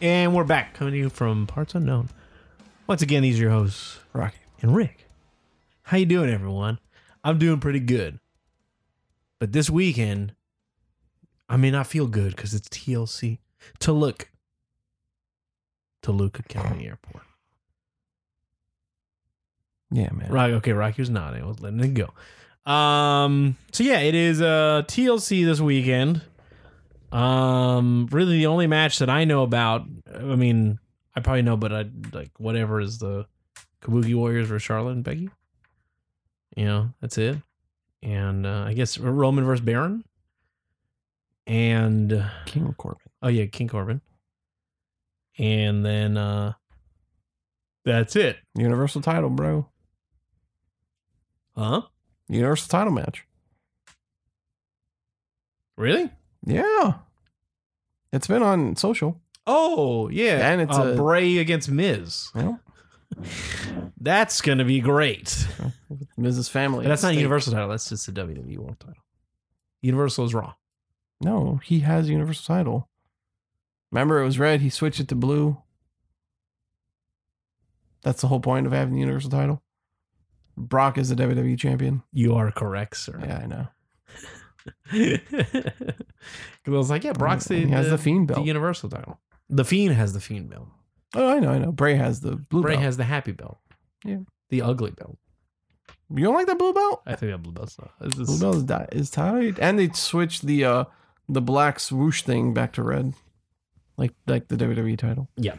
And we're back coming to you from parts unknown. Once again, these are your hosts, Rocky and Rick. How you doing, everyone? I'm doing pretty good. But this weekend, I mean, I feel good because it's TLC. Toluca. Toluca County Airport. Yeah, man. Right. Okay. Rocky was nodding. I was letting it go. Um. So yeah, it is uh TLC this weekend. Um. Really, the only match that I know about. I mean, I probably know, but I like whatever is the Kabuki Warriors versus Charlotte and Becky. You know, that's it. And uh, I guess Roman versus Baron. And King Corbin. oh yeah, King Corbin. And then uh that's it. Universal title, bro. Huh? Universal title match. Really? Yeah. It's been on social. Oh yeah, And it's Uh, a- Bray against Miz. You know? That's gonna be great. Mrs. Family. But that's not Stake. Universal title. That's just the WWE World title. Universal is Raw. No, he has Universal title. Remember, it was red. He switched it to blue. That's the whole point of having the Universal title. Brock is the WWE champion. You are correct, sir. Yeah, I know. Because I was like, yeah, Brock's the, And he has the, the, Fiend the belt. Universal title. The Fiend has the Fiend belt. oh, I know, I know. Bray has the blue Bray belt. has the Happy belt. Yeah. The ugly belt. you don't like that blue belt? I think that blue belt's not. This is- Blue belt is, di- is tied, and they switched the uh the black swoosh thing back to red, like like the WWE title. I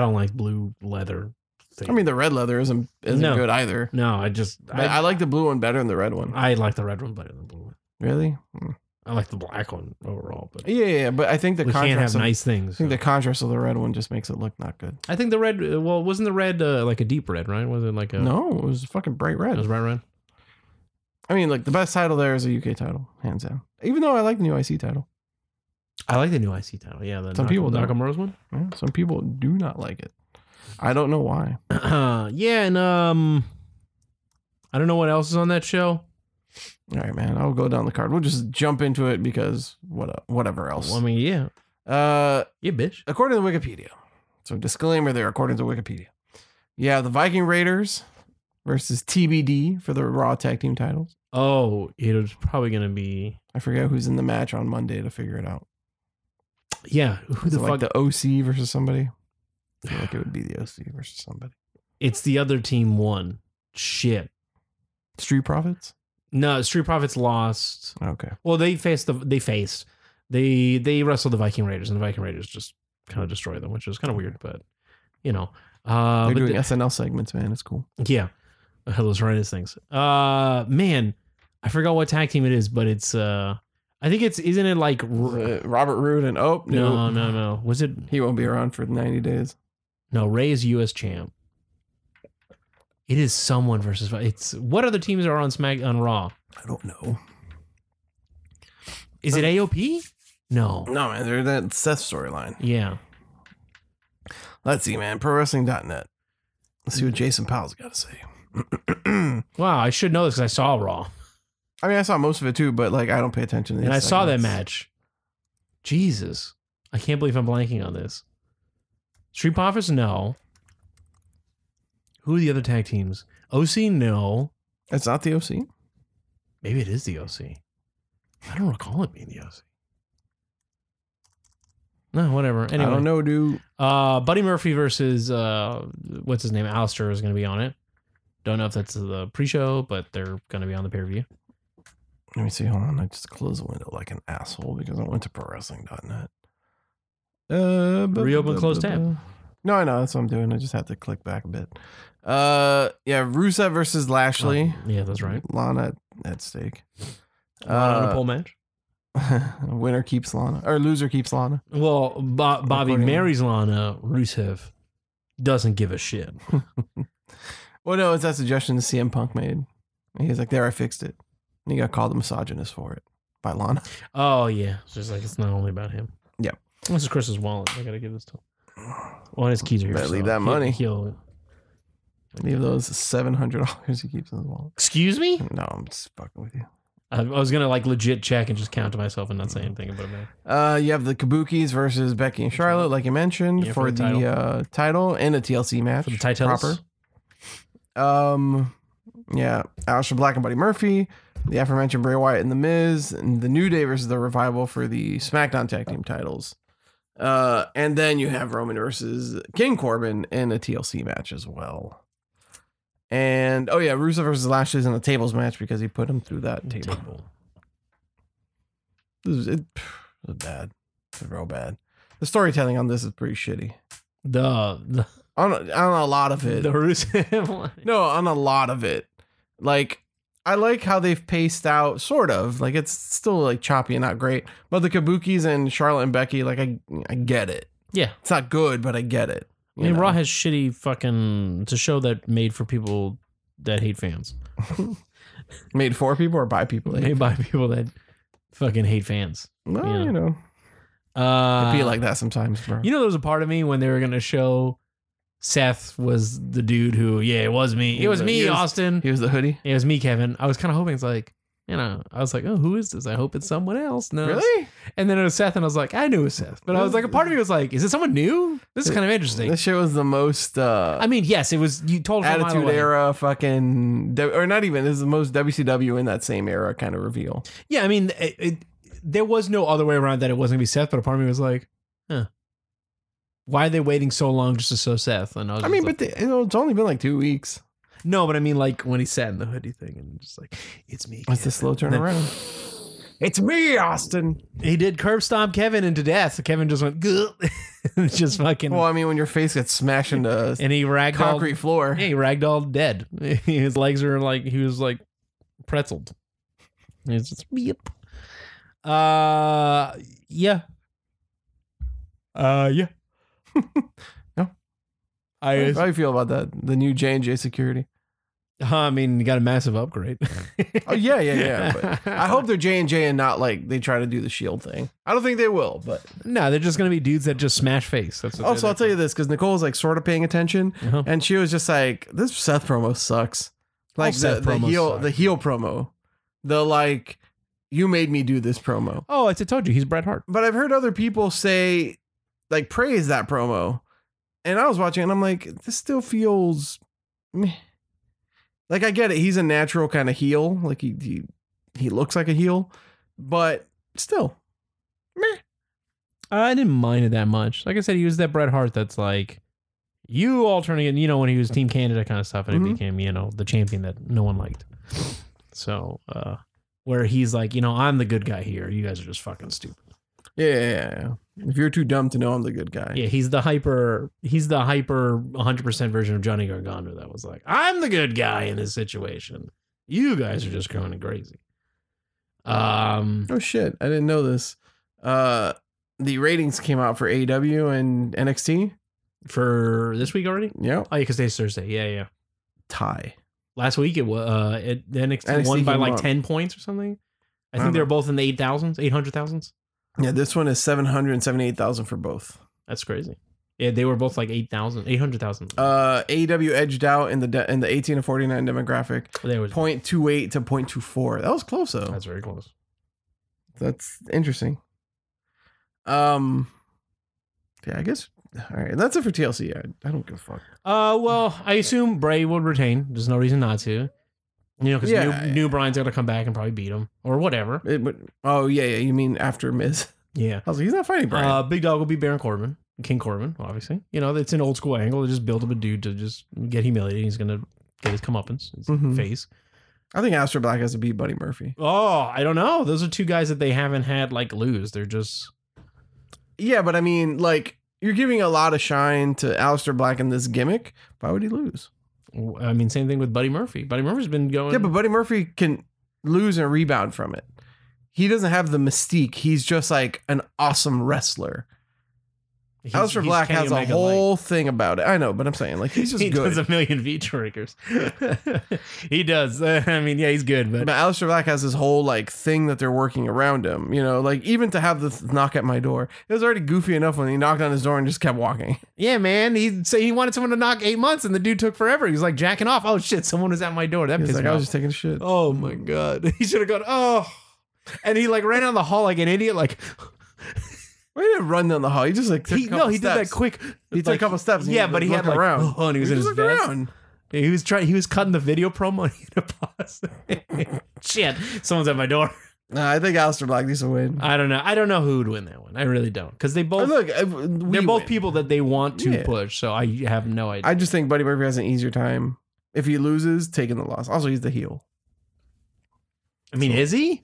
don't like blue leather. Thing. I mean, the red leather isn't isn't No. good either. no, I just But I, I, like the blue one better than the red one. I like the red one better than the blue one. really? Mm. I like the black one overall, but Yeah, yeah, yeah, but I think the we can't have contrast. Of, nice things. I think the contrast of the red one just makes it look not good. I think the red. uh, Well, wasn't the red uh, like a deep red? Right? Was it like a No, it was fucking bright It was red. right red. I mean, like the best title there is a UK title, hands down. Even though I like the new IC title, I like the new IC title. Yeah, the Some Nak- people don't. Nakamura's one. Yeah, some people do not like it. I don't know why. yeah, and um, I don't know what else is on that show. All right, man, I'll go down the card. We'll just jump into it because what whatever else. Well, I mean, yeah, Uh, yeah, bitch. according to Wikipedia. So disclaimer there, according to Wikipedia. Yeah, the Viking Raiders versus TBD for the Raw Tag Team titles. Oh, it was probably gonna be I forget who's in the match on Monday to figure it out. yeah. Who Is the it like fuck? the OC versus somebody? I feel like it would be the OC versus somebody. it's the other team won. Shit. Street Profits? No, Street Profits lost. Okay. Well, they faced the they faced they they wrestled the Viking Raiders and the Viking Raiders just kind of destroyed them, which is kind of weird, but you know. Uh, They're but doing the- SNL segments, man. It's cool. yeah, those horrendous things. Uh, man, I forgot what tag team it is, but it's uh, I think it's isn't it like r- Uh, Robert Roode and oh no no no was it He won't be around for 90 days. no Ray's U.S. champ. It is someone versus it's what other teams are on Smack on Raw? I don't know. Is it AOP? No. No, man, they're that Seth storyline. Yeah. Let's see, man. ProWrestling.net. Let's see Mm-hmm. what Jason Powell's got to say. Wow, I should know this because I saw Raw. I mean, I saw most of it too, but like I don't pay attention to. and I these saw that segments. match. Jesus, I can't believe I'm blanking on this. Street Profits, no. Who are the other tag teams? OC, no. It's not the OC. Maybe it is the OC. I don't recall it being the OC. No, whatever. Anyway, I don't know, dude. Uh, Buddy Murphy versus uh, what's his name? Alistair is going to be on it. Don't know if that's the pre-show, but they're going to be on the pay-per-view. Let me see. Hold on. I just closed the window like an asshole because I went to prowrestling.net. Uh, bu- Reopen bu- closed bu- tab. bu- No, I know that's what I'm doing. I just have to click back a bit. Uh, yeah, Rusev versus Lashley. Oh, yeah, that's right. Lana at stake. Lana on a Uh, pole match. winner keeps Lana or loser keeps Lana. Well, Bo- Bobby According- marries Lana. Rusev doesn't give a shit. Well, no, it's that suggestion that CM Punk made. And he's like, "There, I fixed it." And he got called a misogynist for it by Lana. Oh yeah, it's just like it's not only about him. Yeah. this is Chris's wallet. I gotta give this to him. Well, his keys are here. Better so leave that he- money. he'll- Leave those seven hundred dollars he keeps in his wallet. Excuse me. No, I'm just fucking with you. I I was gonna like legit check and just count to myself and not say anything about it. man. Uh, you have the Kabukis versus Becky and Charlotte, like you mentioned, Yeah, for, for the the, title. uh, title and a TLC match For the titles, proper. Um, yeah, Aleister Black and Buddy Murphy, the aforementioned Bray Wyatt and The Miz, and the New Day versus the Revival for the SmackDown Tag Team titles. Uh, and then you have Roman versus King Corbin in a TLC match as well. And oh yeah, Rusev versus Lashley's in a tables match because he put him through that table. table. This is- it, pff, it was bad. It was real bad. The storytelling on this is pretty shitty. The On on a lot of the, it. the Rusev one. No, on a lot of it. Like I like how they've paced out sort of. Like it's still like choppy and not great. But the Kabukis and Charlotte and Becky, like I I get it. Yeah. It's not good, but I get it. I you mean, know? Raw has shitty fucking to show that made for people that hate fans, made for people or by people. Like, made by people that fucking hate fans. well, yeah. you know. Uh, I feel like that sometimes, bro. You know, there was a part of me when they were gonna show Seth was the dude who, yeah, it was me. He It was was- me, he was- Austin. he was the hoodie. It was me, Kevin. I was kind of hoping it's like, you know, I was like, oh, who is this? I hope it's someone else. No, Really? And then it was Seth, and I was like, I knew it was Seth, but I was like, a part of me was like, is it someone new? This is kind of interesting. This shit was the most uh I mean, yes, it was. You told from a mile Attitude away. era, fucking, W- or not even. This is the most WCW in that same era kind of reveal. Yeah, I mean, it, it, there was no other way around that it wasn't gonna be Seth, but a part of me was like, huh, why are they waiting so long just to show Seth? And I was, I just mean, like, but the, you know, it's only been like two weeks. no, but I mean, like when he sat in the hoodie thing and just like, it's me. It's a slow turnaround. It's me, Austin. He did curb stomp Kevin into death. Kevin just went, "Gah," and just fucking, Well, I mean, when your face gets smashed into and he ragdolled concrete floor, Hey, ragdoll dead. His legs are like he was like pretzeled. It's just yep. Uh, yeah. Uh, yeah. No. I, how do you feel about that? The new J and J security. I mean, you got a massive upgrade. Oh yeah, yeah, yeah. but I hope they're J and J and not like they try to do the Shield thing. I don't think they will, but no, they're just gonna be dudes that just smash face. That's what also Oh, I'll tell you this because Nicole's like sort of paying attention, Uh-huh. and she was just like, "This Seth promo sucks." Like the, Seth the promos heel, suck. the heel promo, the like, you made me do this promo. Oh, I told you he's Bret Hart. But I've heard other people say, like, praise that promo, and I was watching, and I'm like, this still feels, meh. like I get it. He's a natural kind of heel, like he he he looks like a heel, but still, meh. I didn't mind it that much. Like I said, he was that Bret Hart that's like you alternating, you know, when he was Team Canada kind of stuff, and Mhm. he became, you know, the champion that no one liked. So, uh, where he's like, you know, I'm the good guy here. You guys are just fucking stupid. Yeah, yeah, yeah. If you're too dumb to know I'm the good guy, Yeah, he's the hyper, he's the hyper 100% version of Johnny Gargano that was like, I'm the good guy in this situation. You guys are just going crazy. Um, Oh shit! I didn't know this. Uh, the ratings came out for AEW and NXT. for this week already? Yep, Oh, yeah, because today's Thursday. Yeah, yeah. tie. last week it was uh it, the NXT, NXT won by came like up. 10 points or something i I think don't they were both in the 8000s 800000s Yeah, this one is seven hundred seventy-eight thousand for both. that's crazy yeah they were both like 8000 800000 Uh, AEW edged out in the de- in the eighteen to forty-nine demographic, there was 0.28 to 0.24. That was close though. that's very close That's interesting. Um, yeah, I guess. All right, that's it for TLC. I, I don't give a fuck. uh well i assume bray would retain there's no reason not to you know because Yeah, new, yeah. new brian's gonna come back and probably beat him or whatever It, but, oh yeah, yeah. You mean after Miz? yeah I was like, he's not fighting Brian. uh big dog will be baron corbin king corbin obviously you know it's an old school angle to just build up a dude to just get humiliated he's gonna get his comeuppance his Mhm. face I think Astro Black has to beat Buddy Murphy. Oh, I don't know. Those are two guys that they haven't had like lose. They're just Yeah, but I mean, like, you're giving a lot of shine to Aleister Black in this gimmick. Why would he lose? I mean, same thing with Buddy Murphy. Buddy Murphy's been going Yeah, but Buddy Murphy can lose and rebound from it. He doesn't have the mystique. He's just like an awesome wrestler. He's- Alistair he's Black Kenny has a Omega-like. whole thing about it. I know, but I'm saying like he's just he good. does a million feature riggers. he does. I mean, yeah, he's good, but But Alistair Black has this whole like thing that they're working around him, you know, like even to have the th- knock at my door. It was already goofy enough when he knocked on his door and just kept walking. yeah, man. He so he wanted someone to knock eight months, and the dude took forever. He was like jacking off. Oh shit, someone was at my door. That He's pissed like, me I off. was just taking a shit. oh my god, he should have gone. Oh, and he like ran down the hall like an idiot. Like Why did not run down the hall? He just like took he a no, couple he did that steps. quick. He took a like, couple steps. and Yeah, but he looked had like around. oh, and he was in his looked vest. around. He was trying. He was cutting the video promo. He had a pause. Shit, someone's at my door. Nah, I think Alistair Black needs to win. I don't know. I don't know who would win that one. I really don't because they Oh, both look, I, we they're both win. people that they want to Yeah. push. So I have no idea. I just think Buddy Murphy has an easier time if he loses, taking the loss. Also, he's the heel. I mean, is he?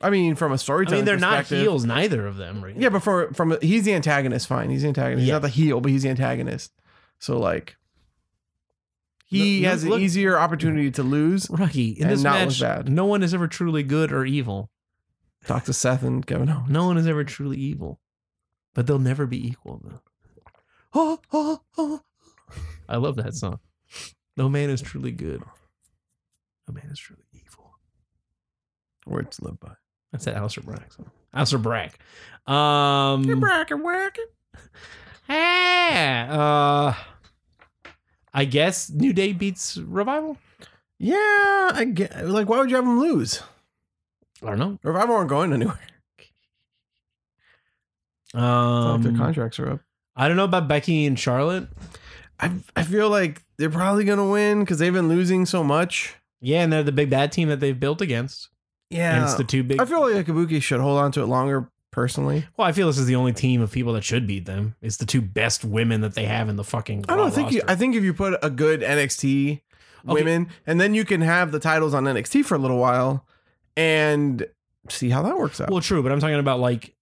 I mean, from a I storytelling, mean, they're not perspective- heels, neither of them. Really. Yeah, but for from a, he's the antagonist. Fine, he's the antagonist. He's Yeah. not the heel, but he's the antagonist. So like, he Look- has an look- easier opportunity to lose. Rocky in And this not match, look bad. no one is ever truly good or evil. Talk to Seth and Kevin Owens. No one is ever truly evil, but they'll never be equal. Though. Oh, oh, oh. I love that song. No man is truly good. No man is truly evil. Words to live by. That's that Alistair Black song. Alistair Black. Um, Brackin' whacking. ah, uh, I guess New Day beats Revival. Yeah, I get. Like, why would you have him lose? I don't know. Revival aren't going anywhere. It's not like their Um, contracts are up. I don't know about Becky and Charlotte. I I feel like they're probably gonna win because they've been losing so much. Yeah, and they're the big bad team that they've built against. Yeah, And it's the two big. I feel like Kabuki should hold on to it longer. Personally, well, I feel this is the only team of people that should beat them. It's the two best women that they have in the fucking. I Raw don't think you. roster. I think if you put a good NXT Okay. women, and then you can have the titles on NXT for a little while, and see how that works out. well, true, but I'm talking about like.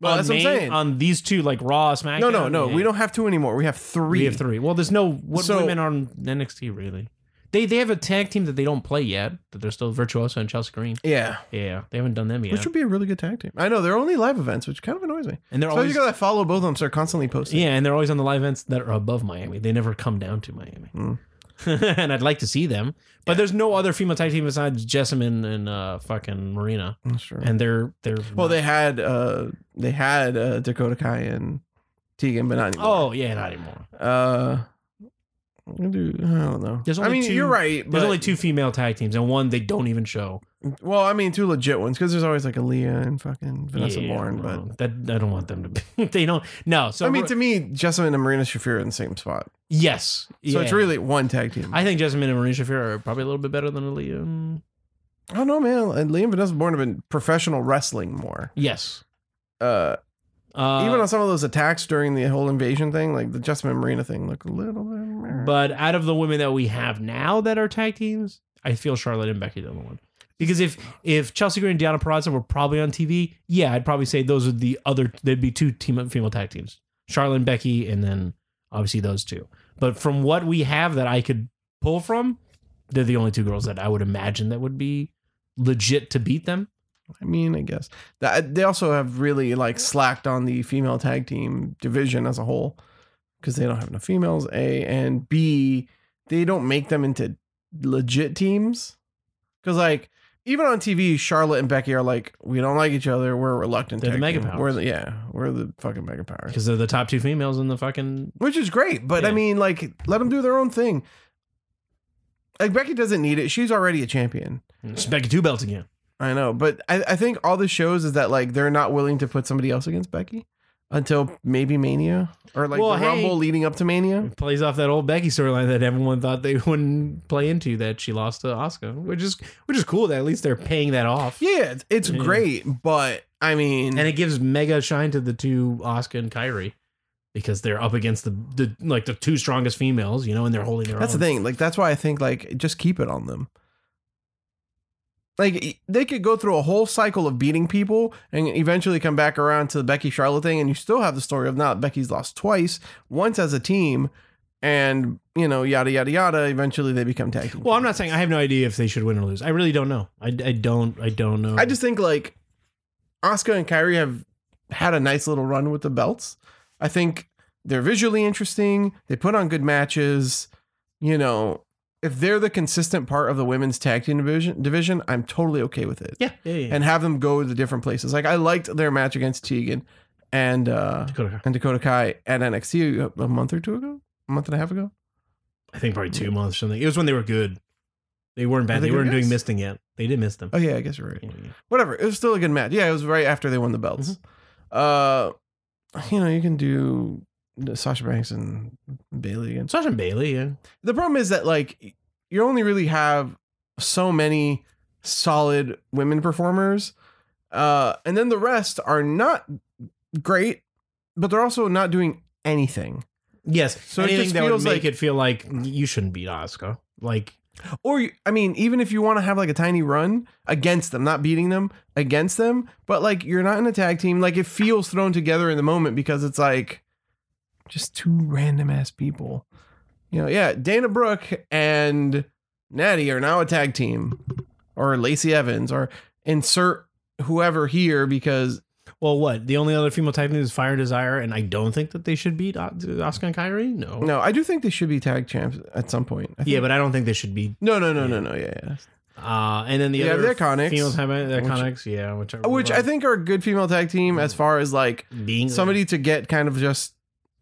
Well, on that's what I'm main- saying. On these two, like Raw, SmackDown. no, no, no. yeah. We don't have two anymore. We have three. We have three. Well, there's no what So- women on NXT really. They they have a tag team that they don't play yet. That they're still Virtuoso and Chelsea Green. Yeah, Yeah, they haven't done them yet. which would be a really good tag team. I know they're only live events, which kind of annoys me. and they're Especially always because I follow both of them, so they're constantly posting. yeah, and they're always on the live events that are above Miami. They never come down to Miami. Mm. and I'd like to see them, but there's no other female tag team besides Jessamine and uh, fucking Marina, Yeah, sure. and they're they're not- well, they had uh they had uh, Dakota Kai and Tegan, but not anymore. oh yeah, not anymore. Oh, uh, I'm gonna do- I don't know. There's I only mean, two- you're right. There's but- only two female tag teams, and one they don't even show. Well, I mean, two legit ones because there's always like Aaliyah and fucking Vanessa Yeah, Bourne, but. no, that I don't want them to. be. They don't. No, so I mean, to me, Jessamine and Marina Shafir are in the same spot. yes, So it's yeah. really one tag team. I, I think Jasmine and Marina Shafir are probably a little bit better than Aaliyah. Mm, don't know, man. And Liam Vanessa Bourne have been professional wrestling more. Yes. Uh, Uh, even on some of those attacks during the whole invasion thing, like the Jessamine and Marina thing, look a little bit. but out of the women that we have now that are tag teams, I feel Charlotte and Becky are the only one. Because if if Chelsea Green and Deanna Peraza were probably on TV, yeah, I'd probably say those are the other. There'd be two team female tag teams: Charlotte and Becky, and then obviously those two. But from what we have that I could pull from, they're the only two girls that I would imagine that would be legit to beat them. I mean, I guess that they also have really like slacked on the female tag team division as a whole because they don't have enough females. A and B, they don't make them into legit teams because like even on TV, Charlotte and Becky are like we don't like each other. We're reluctant. They're the tag mega team. powers. We're the, yeah, we're the fucking mega powers, Because they're the top two females in the fucking which is great. But I Yeah. mean, like let them do their own thing. Like Becky doesn't need it. She's already a champion. It's Becky Two Belts again. I know, but I, I think all this shows is that like they're not willing to put somebody else against Becky until maybe Mania or like Well, the hey. Rumble leading up to Mania. It plays off that old Becky storyline that everyone thought they wouldn't play into that she lost to Oscar, which is which is cool that at least they're paying that off. Yeah, it's, it's Yeah. great, but I mean, And it gives mega shine to the two Oscar and Kyrie because they're up against the, the like the two strongest females, you know, and they're holding their that's the own. thing. Like that's why I think like just keep it on them. Like e- they could go through a whole cycle of beating people and eventually come back around to the Becky Charlotte thing, and you still have the story of now Becky's lost twice, once as a team, and you know yada yada yada. Eventually they become tag team. Well, I'm not saying I have no idea if they should win or lose. I really don't know. I, I don't I don't know. I just think like Oscar and Kyrie have had a nice little run with the belts. I think they're visually interesting. They put on good matches. You know, if they're the consistent part of the women's tag team division, division I'm totally okay with it. Yeah. yeah, yeah. And have them go to different places. Like I liked their match against Tegan and uh Dakota Kai. and Dakota Kai at NXT a- a month or two ago, a month and a half ago. I think probably two months or something. It was when they were good. They weren't Mm. Are bad. they They, good weren't doing guys? misting yet. They did miss them. Oh yeah, I guess you're right. Yeah, yeah. whatever. It was still a good match. Yeah, it was right after they won the belts. Uh, you know, you can do Sasha Banks and Bailey again. Sasha and Bailey, yeah. The problem is that like you only really have so many solid women performers, uh, and then the rest are not great, but they're also not doing anything. Yes. So So it anything just that would feels make like- it feel like you shouldn't beat Oscar. Like Or you- I mean, even if you want to have like a tiny run against them, not beating them against them, but like you're not in a tag team. Like it feels thrown together in the moment because it's like just two random ass people. You know, yeah, Dana Brooke and Natty are now a tag team, or Lacey Evans, or insert whoever here because well, what? The only other female tag team is Fire and Desire, and I don't think that they should beat Oscar and Kyrie. No. no, I do think they should be tag champs at some point. I think, Yeah, but I don't think they should be. no, no, no, no, no, yeah, yeah. Uh, and then the Yeah, other they're Conics. female tag they're Which- Conics, yeah, which are, Which I think are a good female tag team as far as like being somebody to get kind of just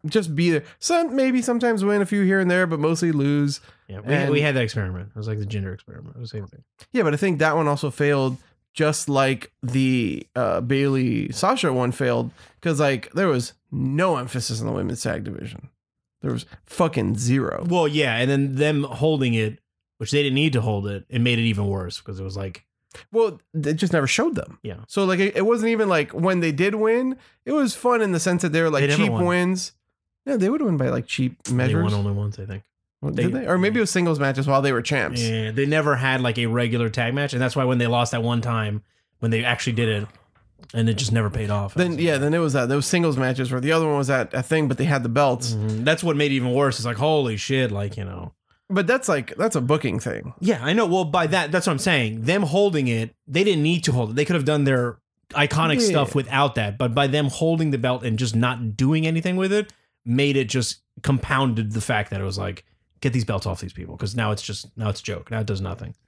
just be there. Some maybe sometimes win a few here and there, but mostly lose. Yeah, we, and- we had that experiment. It was like the gender experiment. It was the same thing. Yeah, but I think that one also failed, just like the uh, Bailey Sasha one failed because like there was no emphasis on the women's tag division. There was fucking zero. Well, yeah, and then them holding it, which they didn't need to hold it, it made it even worse because it was like Well, they just never showed them. Yeah. So like it, it wasn't even like when they did win, it was fun in the sense that they were like They never cheap won. wins. Yeah, they would win by like cheap they measures. won only once, I think. Well, they- did they? Or maybe it was singles matches while they were champs. Yeah, they never had like a regular tag match, and that's why when they lost that one time, when they actually did it, and it just never paid off. Then yeah, then it was that those singles matches where the other one was that a thing, but they had the belts. Mhm. that's what made it even worse. It's like holy shit, like you know. But that's like that's a booking thing. Yeah, I know. Well, by that, that's what I'm saying. Them holding it, they didn't need to hold it. They could have done their iconic Yeah. stuff without that. But by them holding the belt and just not doing anything with it, made it just compounded the fact that it was like, get these belts off these people because now it's just now it's a joke. Now it does nothing.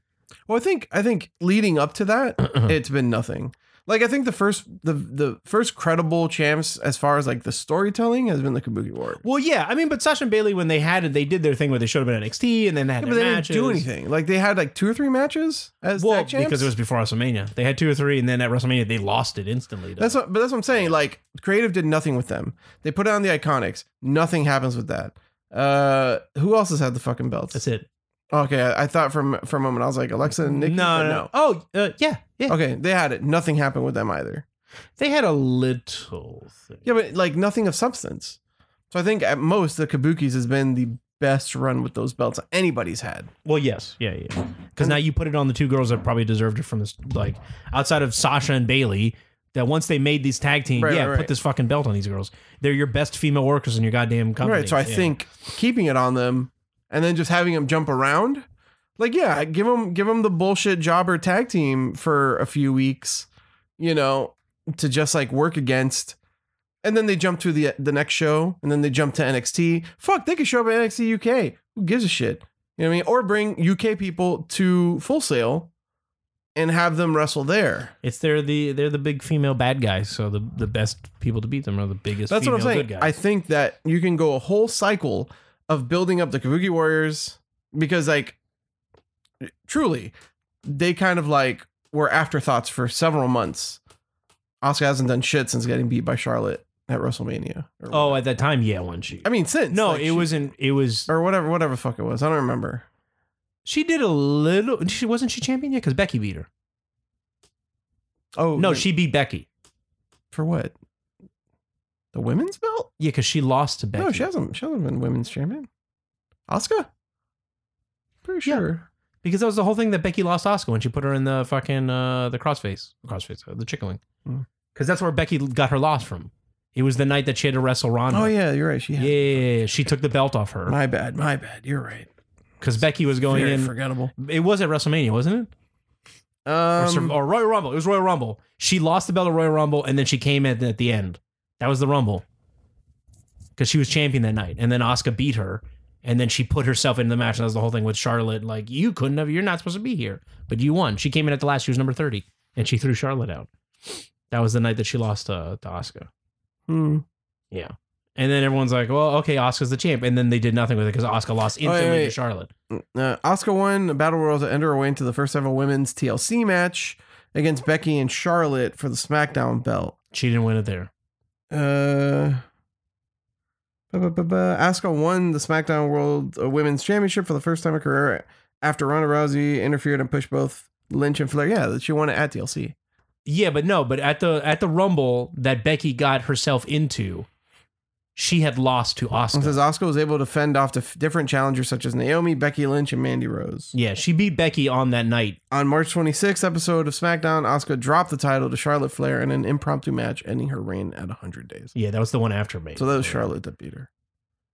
Well, I think I think leading up to that, it's been nothing. Like I think the first the the first credible champs as far as like the storytelling has been the Kabuki War. well, yeah, I mean, but Sasha and Bailey when they had it, they did their thing where they showed up in NXT and then they had Yeah, yeah, but they didn't do anything. Like they had like two or three matches as Well, tag champs. because it was before WrestleMania, they had two or three, and then at WrestleMania they lost it instantly. to- that's what, but that's what I'm saying. Like creative did nothing with them. They put it on the Iconics. Nothing happens with that. Uh, who else has had the fucking belts? that's it. Okay, I, I thought from for a moment I was like Alexa and Nikki. no, but no, no. Oh, uh, yeah, yeah. Okay, they had it. Nothing happened with them either. They had a little thing. Yeah, but like nothing of substance. So I think at most the Kabuki's has been the best run with those belts anybody's had. Well, yes, yeah, yeah. Because now you put it on the two girls that probably deserved it from this, like outside of Sasha and Bailey. That once they made these tag team, Right, yeah, right, right. put this fucking belt on these girls. They're your best female workers in your goddamn company. Right. So I Yeah. think keeping it on them and then just having them jump around, like yeah, give them give them the bullshit jobber tag team for a few weeks, you know, to just like work against. And then they jump to the the next show, and then they jump to NXT. Fuck, they could show up at NXT UK. Who gives a shit? You know what I mean? Or bring UK people to Full Sail, and have them wrestle there. it's they're the they're the big female bad guys. So the the best people to beat them are the biggest. That's what I'm female saying. Good guys. I think that you can go a whole cycle of building up the Kabuki Warriors because, like, truly, they kind of like were afterthoughts for several months. Oscar hasn't done shit since getting beat by Charlotte at WrestleMania. or oh, whatever. at that time, yeah, one she. I mean, since no, like, it she- wasn't. It was or whatever, whatever the fuck it was. I don't remember. she did a little. She wasn't she champion yet because Becky beat her. Oh No, wait, she beat Becky. for what? The women's belt? Yeah, because she lost to Becky. No, she hasn't. She hasn't been women's champion. Oscar. Pretty Yeah. sure. Because that was the whole thing that Becky lost Oscar when she put her in the fucking uh, the crossface, crossface, uh, the chicken wing. Mm. Because that's where Becky got her loss from. It was the night that she had to wrestle Ronda. Oh yeah, you're right. She yeah, has yeah, yeah. she took the belt off her My bad, my bad. You're right. because Becky was going Very in. forgettable. It was at WrestleMania, wasn't it? or, Um, Sur- or Royal Rumble. It was Royal Rumble. She lost the belt at Royal Rumble, and then she came in at the end. That was the Rumble because she was champion that night, and then Oscar beat her, and then she put herself into the match. And that was the whole thing with Charlotte. Like you couldn't have, you're not supposed to be here, but you won. She came in at the last. She was number thirty, and she threw Charlotte out. That was the night that she lost uh, to Oscar. hmm. Yeah. And then everyone's like, "Well, okay, Oscar's the champ," and then they did nothing with it because Oscar lost wait, instantly to Oh, wait. Charlotte. Uh, Asuka won a battle royal to enter her way into the first ever women's TLC match against Becky and Charlotte for the SmackDown belt. She didn't win it there. Uh, ba, ba, ba, ba. Asuka won the SmackDown World uh, Women's Championship for the first time in her career after Ronda Rousey interfered and pushed both Lynch and Flair. Yeah, that she won it at TLC. Yeah, but no, but at the at the rumble that Becky got herself into, she had lost to It Oscar. says Asuka was able to fend off dif- different challengers such as Naomi, Becky Lynch, and Mandy Rose. Yeah, she beat Becky on that night. On March 26th episode of SmackDown, Asuka dropped the title to Charlotte Flair in an impromptu match, ending her reign at 100 days. Yeah, that was the one after me. So that was Charlotte that beat her.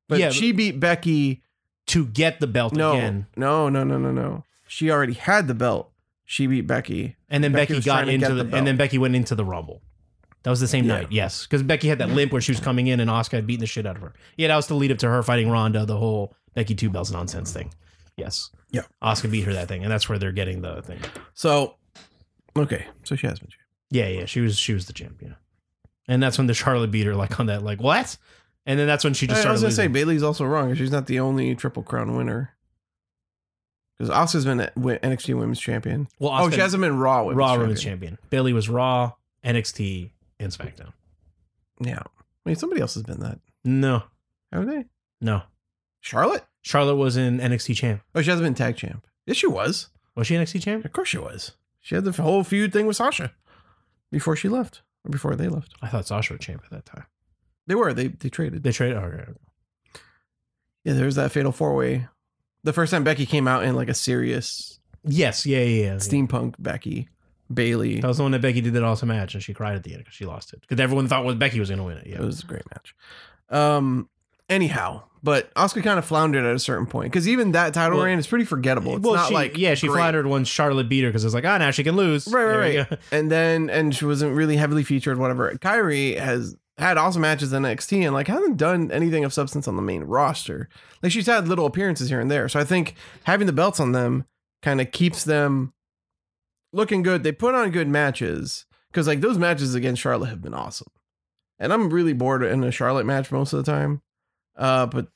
But Yeah, she beat Becky. to get the belt No, again, no, no, no, no, no. She already had the belt. She beat Becky. and then Becky, Becky was got trying to get into the the, belt. and then Becky went into the rumble. That was the same Yeah. night, yes, because Becky had that limp where she was coming in and Oscar had beaten the shit out of her. Yeah, that was the lead up to her fighting Ronda, the whole Becky two bells nonsense thing. Yes. Yeah. Oscar beat her that thing, and that's where they're getting the thing. So, okay, so she has been. champion. Yeah, yeah, she was she was the champion, and that's when the Charlotte beat her like on that like what, and then that's when she just I, I started. was gonna say losing. Bailey's also wrong. She's not the only Triple Crown winner. Because Asuka's been a- wi- NXT Women's Champion. well, oh, she hasn't been Raw Women's Raw Champion. Women's Champion. Bailey was Raw, NXT, and SmackDown. Yeah, I mean somebody else has been that, No, haven't they? no, Charlotte? Charlotte was in NXT champ. Oh, she hasn't been Tag Champ. Yes, she was. Was she NXT champ? Of course, she was. She had the whole feud thing with Sasha before she left, or before they left. I thought Sasha was champ at that time. They were. They they traded. They traded. Oh, Yeah, there was that fatal four way. The first time Becky came out in like a serious yes, yeah, Oh, yeah, Oh, yeah. steampunk Becky Bailey. That was the one that Becky did that awesome match, and she cried at the end because she lost it because everyone thought well, Becky was going to win it. It Yeah, was a great match. Um, anyhow, but Oscar kind of floundered at a certain point because even that title Well- reign is pretty forgettable. It's not she, like yeah, she great. flattered when Charlotte beat her because it's like ah now she can lose. Right, right, There we right. go. and then and she wasn't really heavily featured. Whatever. Kyrie has had awesome matches in NXT and like hasn't done anything of substance on the main roster. Like she's had little appearances here and there. So I think having the belts on them kind of keeps them looking good. They put on good matches because like those matches against Charlotte have been awesome. And I'm really bored in a Charlotte match most of the time. Uh, but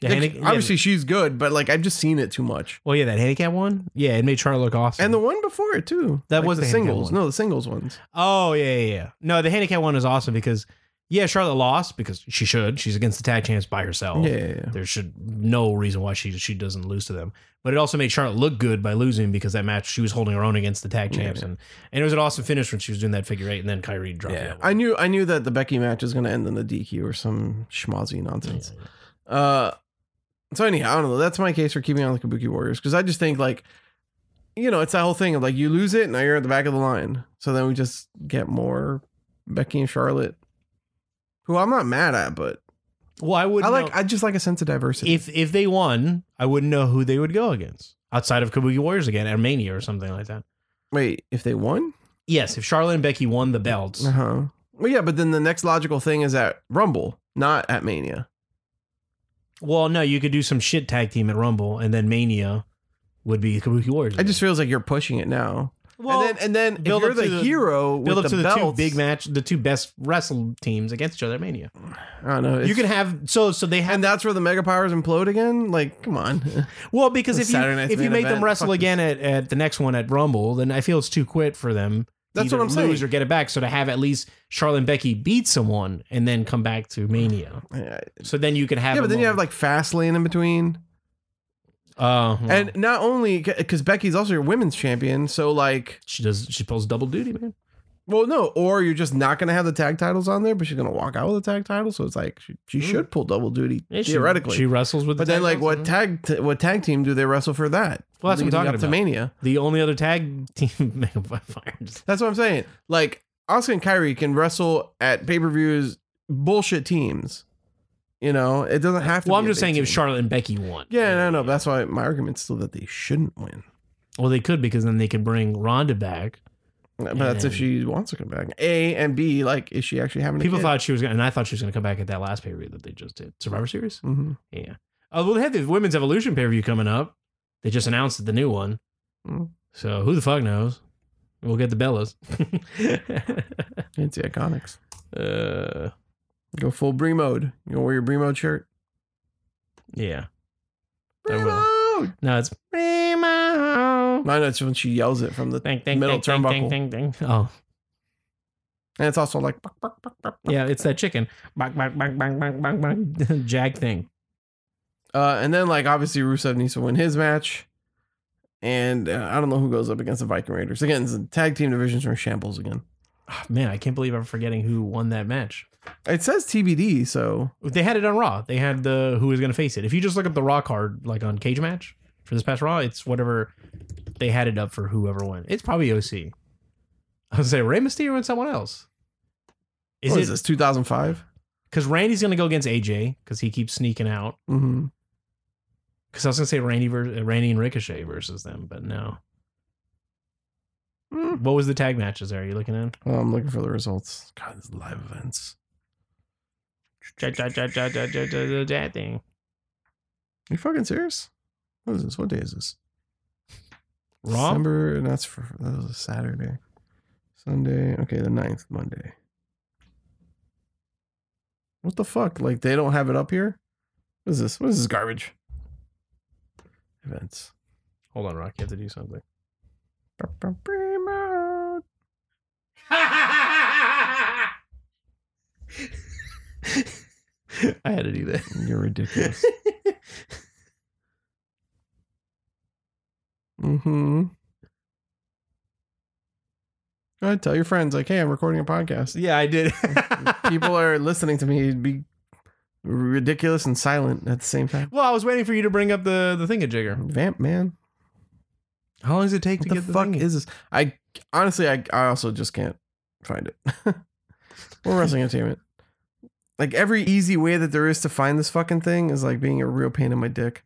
The like, handicap- yeah, obviously she's good, but like I've just seen it too much. Well, yeah, that handicap one. Yeah, it made Charlotte look awesome. And the one before it too. That Like, was the the handicap singles. one. No, the singles ones. oh yeah, yeah, yeah. No, the handicap one is awesome because yeah, Charlotte lost because she should. She's against the tag champs by herself. Yeah, yeah, yeah. There should no reason why she she doesn't lose to them. But it also made Charlotte look good by losing because that match she was holding her own against the tag Yeah. champs and and it was an awesome finish when she was doing that figure eight and then Kyrie dropped Yeah, it. I knew I knew that the Becky match was going to end in the DQ or some schmozzy nonsense. Uh, so anyhow, I don't know. That's my case for keeping on the Kabuki Warriors because I just think like, you know, it's that whole thing of like you lose it now you're at the back of the line. So then we just get more Becky and Charlotte, who I'm not mad at, but Well, I would I like know- I just like a sense of diversity. if if they won, I wouldn't know who they would go against outside of Kabuki Warriors again, or Mania or something like that. Wait, if they won, Yes, if Charlotte and Becky won the belts, uh huh. Well, yeah, but then the next logical thing is at Rumble, not at Mania. Well, no, you could do some shit tag team at Rumble, and then Mania would be Kabuki Warriors. It just feels like you're pushing it now. well, and then and then if build you're up to the, the- hero build up with to the two belts, big match, the two best wrestled teams against each other at Mania. I don't know. you it's- can have so so they have and that's where the mega powers implode again. Like, come on. well because the if you Saturday night's if you main make them event, wrestle fuck again at, at the next one at Rumble, then I feel it's too quick for them. to That's what either I'm saying. Lose or get it back. So to have at least Charlotte and Becky beat someone and then come back to Mania. yeah, So then you could have but then you have like Fastlane in between, uh, and not only because Becky's also your women's champion. So like, she does she pulls double duty, man. well, no, or you're just not gonna have the tag titles on there, but she's gonna walk out with the tag title. So it's like she, she Mm. should pull double duty Yeah, she- theoretically. she, wrestles with. but the then tag like, what titles. tag t- what tag team do they wrestle for that? Well, that's what I'm Leading talking up to about. Mania. The only other tag team Mega Fire. That's what I'm saying. Like Oscar and Kyrie can wrestle at pay per views bullshit teams. You know, it doesn't have to. Well, be I'm a just big saying if team. Charlotte and Becky won. Yeah, no, no. That's why my argument's still that they shouldn't win. Well, they could because then they could bring Ronda back. But that's if And- she wants to come back. A and B, like, is she actually having a People kid? thought she was gonna, and I thought she was gonna come back at that last pay per view that they just did, Survivor Series. Mhm. Yeah. Oh well, they have the Women's Evolution pay per view coming up. They just announced the new one. Mm. So who the fuck knows? We'll get the Bellas. It's the Iconics. uh, Go full Bree mode. You gonna wear your Bree mode shirt? yeah. I Bree will. mode. No, it's Primo. No, no, it's when she yells it from the, Ding, ding, Middle ding, ding, turnbuckle. ding, ding, ding. Oh, and it's also like, "Buck, buck, buck, buck, buck." yeah, it's that chicken. Bang, bang, bang, bang, bang, bang, bang. Jag thing. Uh, and then like obviously Rusev needs to win his match, and uh, I don't know who goes up against the Viking Raiders again. The tag team divisions are in shambles again. Ah, man, I can't believe I'm forgetting who won that match. It says TBD, so They had it on Raw. They had the who is going to face it. If you just look up the Raw card, like on Cage Match for this past Raw, it's whatever they had it up for whoever won. It's probably OC. I would say Rey Mysterio and someone else. Is what it is this 2005? because Randy's going to go against AJ because he keeps sneaking out? Mm-hmm. Because I was going to say Randy versus, Randy and Ricochet versus them, but no. What was the tag matches? There, are you looking in? Well, I'm looking for the results. God, these live events. Ja, ja, ja, ja, ja, ja, ja, ja, ja, thing. you fucking serious? What is this? What day is this? Raw? December, and that's for that was a Saturday. Sunday. Okay, the 9th, Monday. What the fuck? Like they don't have it up here? What is this? What is this garbage? Events. Hold on, Rock. You have to do something. I had to do that. You're ridiculous. mm-hmm. Go ahead, tell your friends, like, hey, I'm recording a podcast. yeah, I did. People are listening to me be ridiculous and silent at the same time. well, I was waiting for you to bring up the the thingy jigger. Vamp man. How long does it take What the fuck is this? I honestly, I, I also just can't find it. We're wrestling entertainment. Like every easy way that there is to find this fucking thing is like being a real pain in my dick.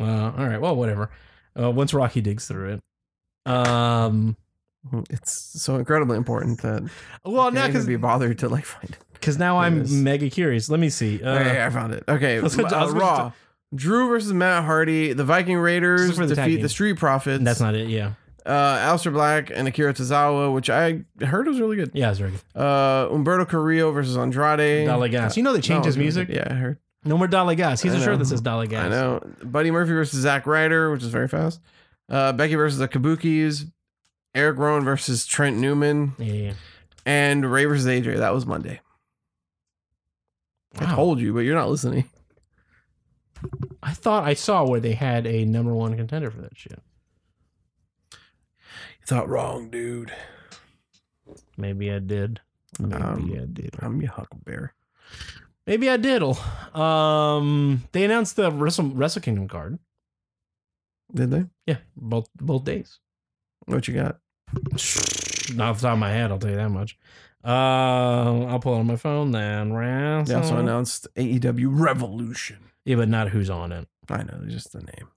Uh, all right. Well, whatever. Uh, once Rocky digs through it. Um. Hmm, It's so incredibly important that Well, now I can't even because be bothered to like find it. now Here it I'm is. mega curious. Let me see. Uh, okay, I found it. Okay, Let's go to- uh, let's go to- Raw. Drew versus Matt Hardy. The Viking This Raiders is for the tag defeat team. the Street Profits. That's not it. Yeah. uh, Alistair Black and Akira Tozawa, which I heard was really good. Yeah, it's very good. Uh, Umberto Carrillo versus Andrade. Dalagas. You know they No, changed his it was music. really good. Yeah, I heard. No more Dalagas. He's I a shirt know. that says Dalagas. I know. Buddy Murphy versus Zack Ryder, which is very fast. Uh, Becky versus the Kabukis. Eric Rowan versus Trent Newman. Yeah. yeah. And Ray versus AJ. That was Monday. I Wow. told you, but you're not listening. I thought I saw where they had a number one contender for that shit. It's not wrong, dude. Maybe I did. Maybe Um, I did. I'm your huckleberry. Maybe I diddle. Um, they announced the Wrestle, Wrestle Kingdom card. Did they? Yeah, both both days. What you got? Not off the top of my head, I'll tell you that much. Um, I'll pull it on my phone then. They Wrestle. also announced AEW Revolution. Yeah, but not who's on it. I know, it's just the name.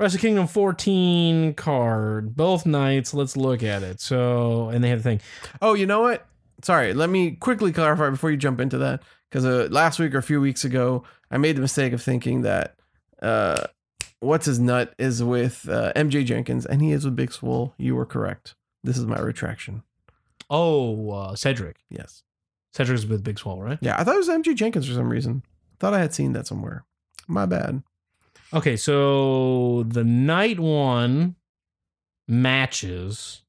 Wrestle Kingdom 14 card, both nights. Let's look at it. So, and they had a thing. Oh, you know what? Sorry, let me quickly clarify before you jump into that. Because uh, last week or a few weeks ago, I made the mistake of thinking that uh, What's His Nut is with uh, MJ Jenkins, and he is with Big Swole. You were correct. This is my retraction. Oh, uh, Cedric. Yes. Cedric's with Big Swole, right? Yeah, I thought it was MJ Jenkins for some reason. Thought I had seen that somewhere. My bad. Okay, so the night one matches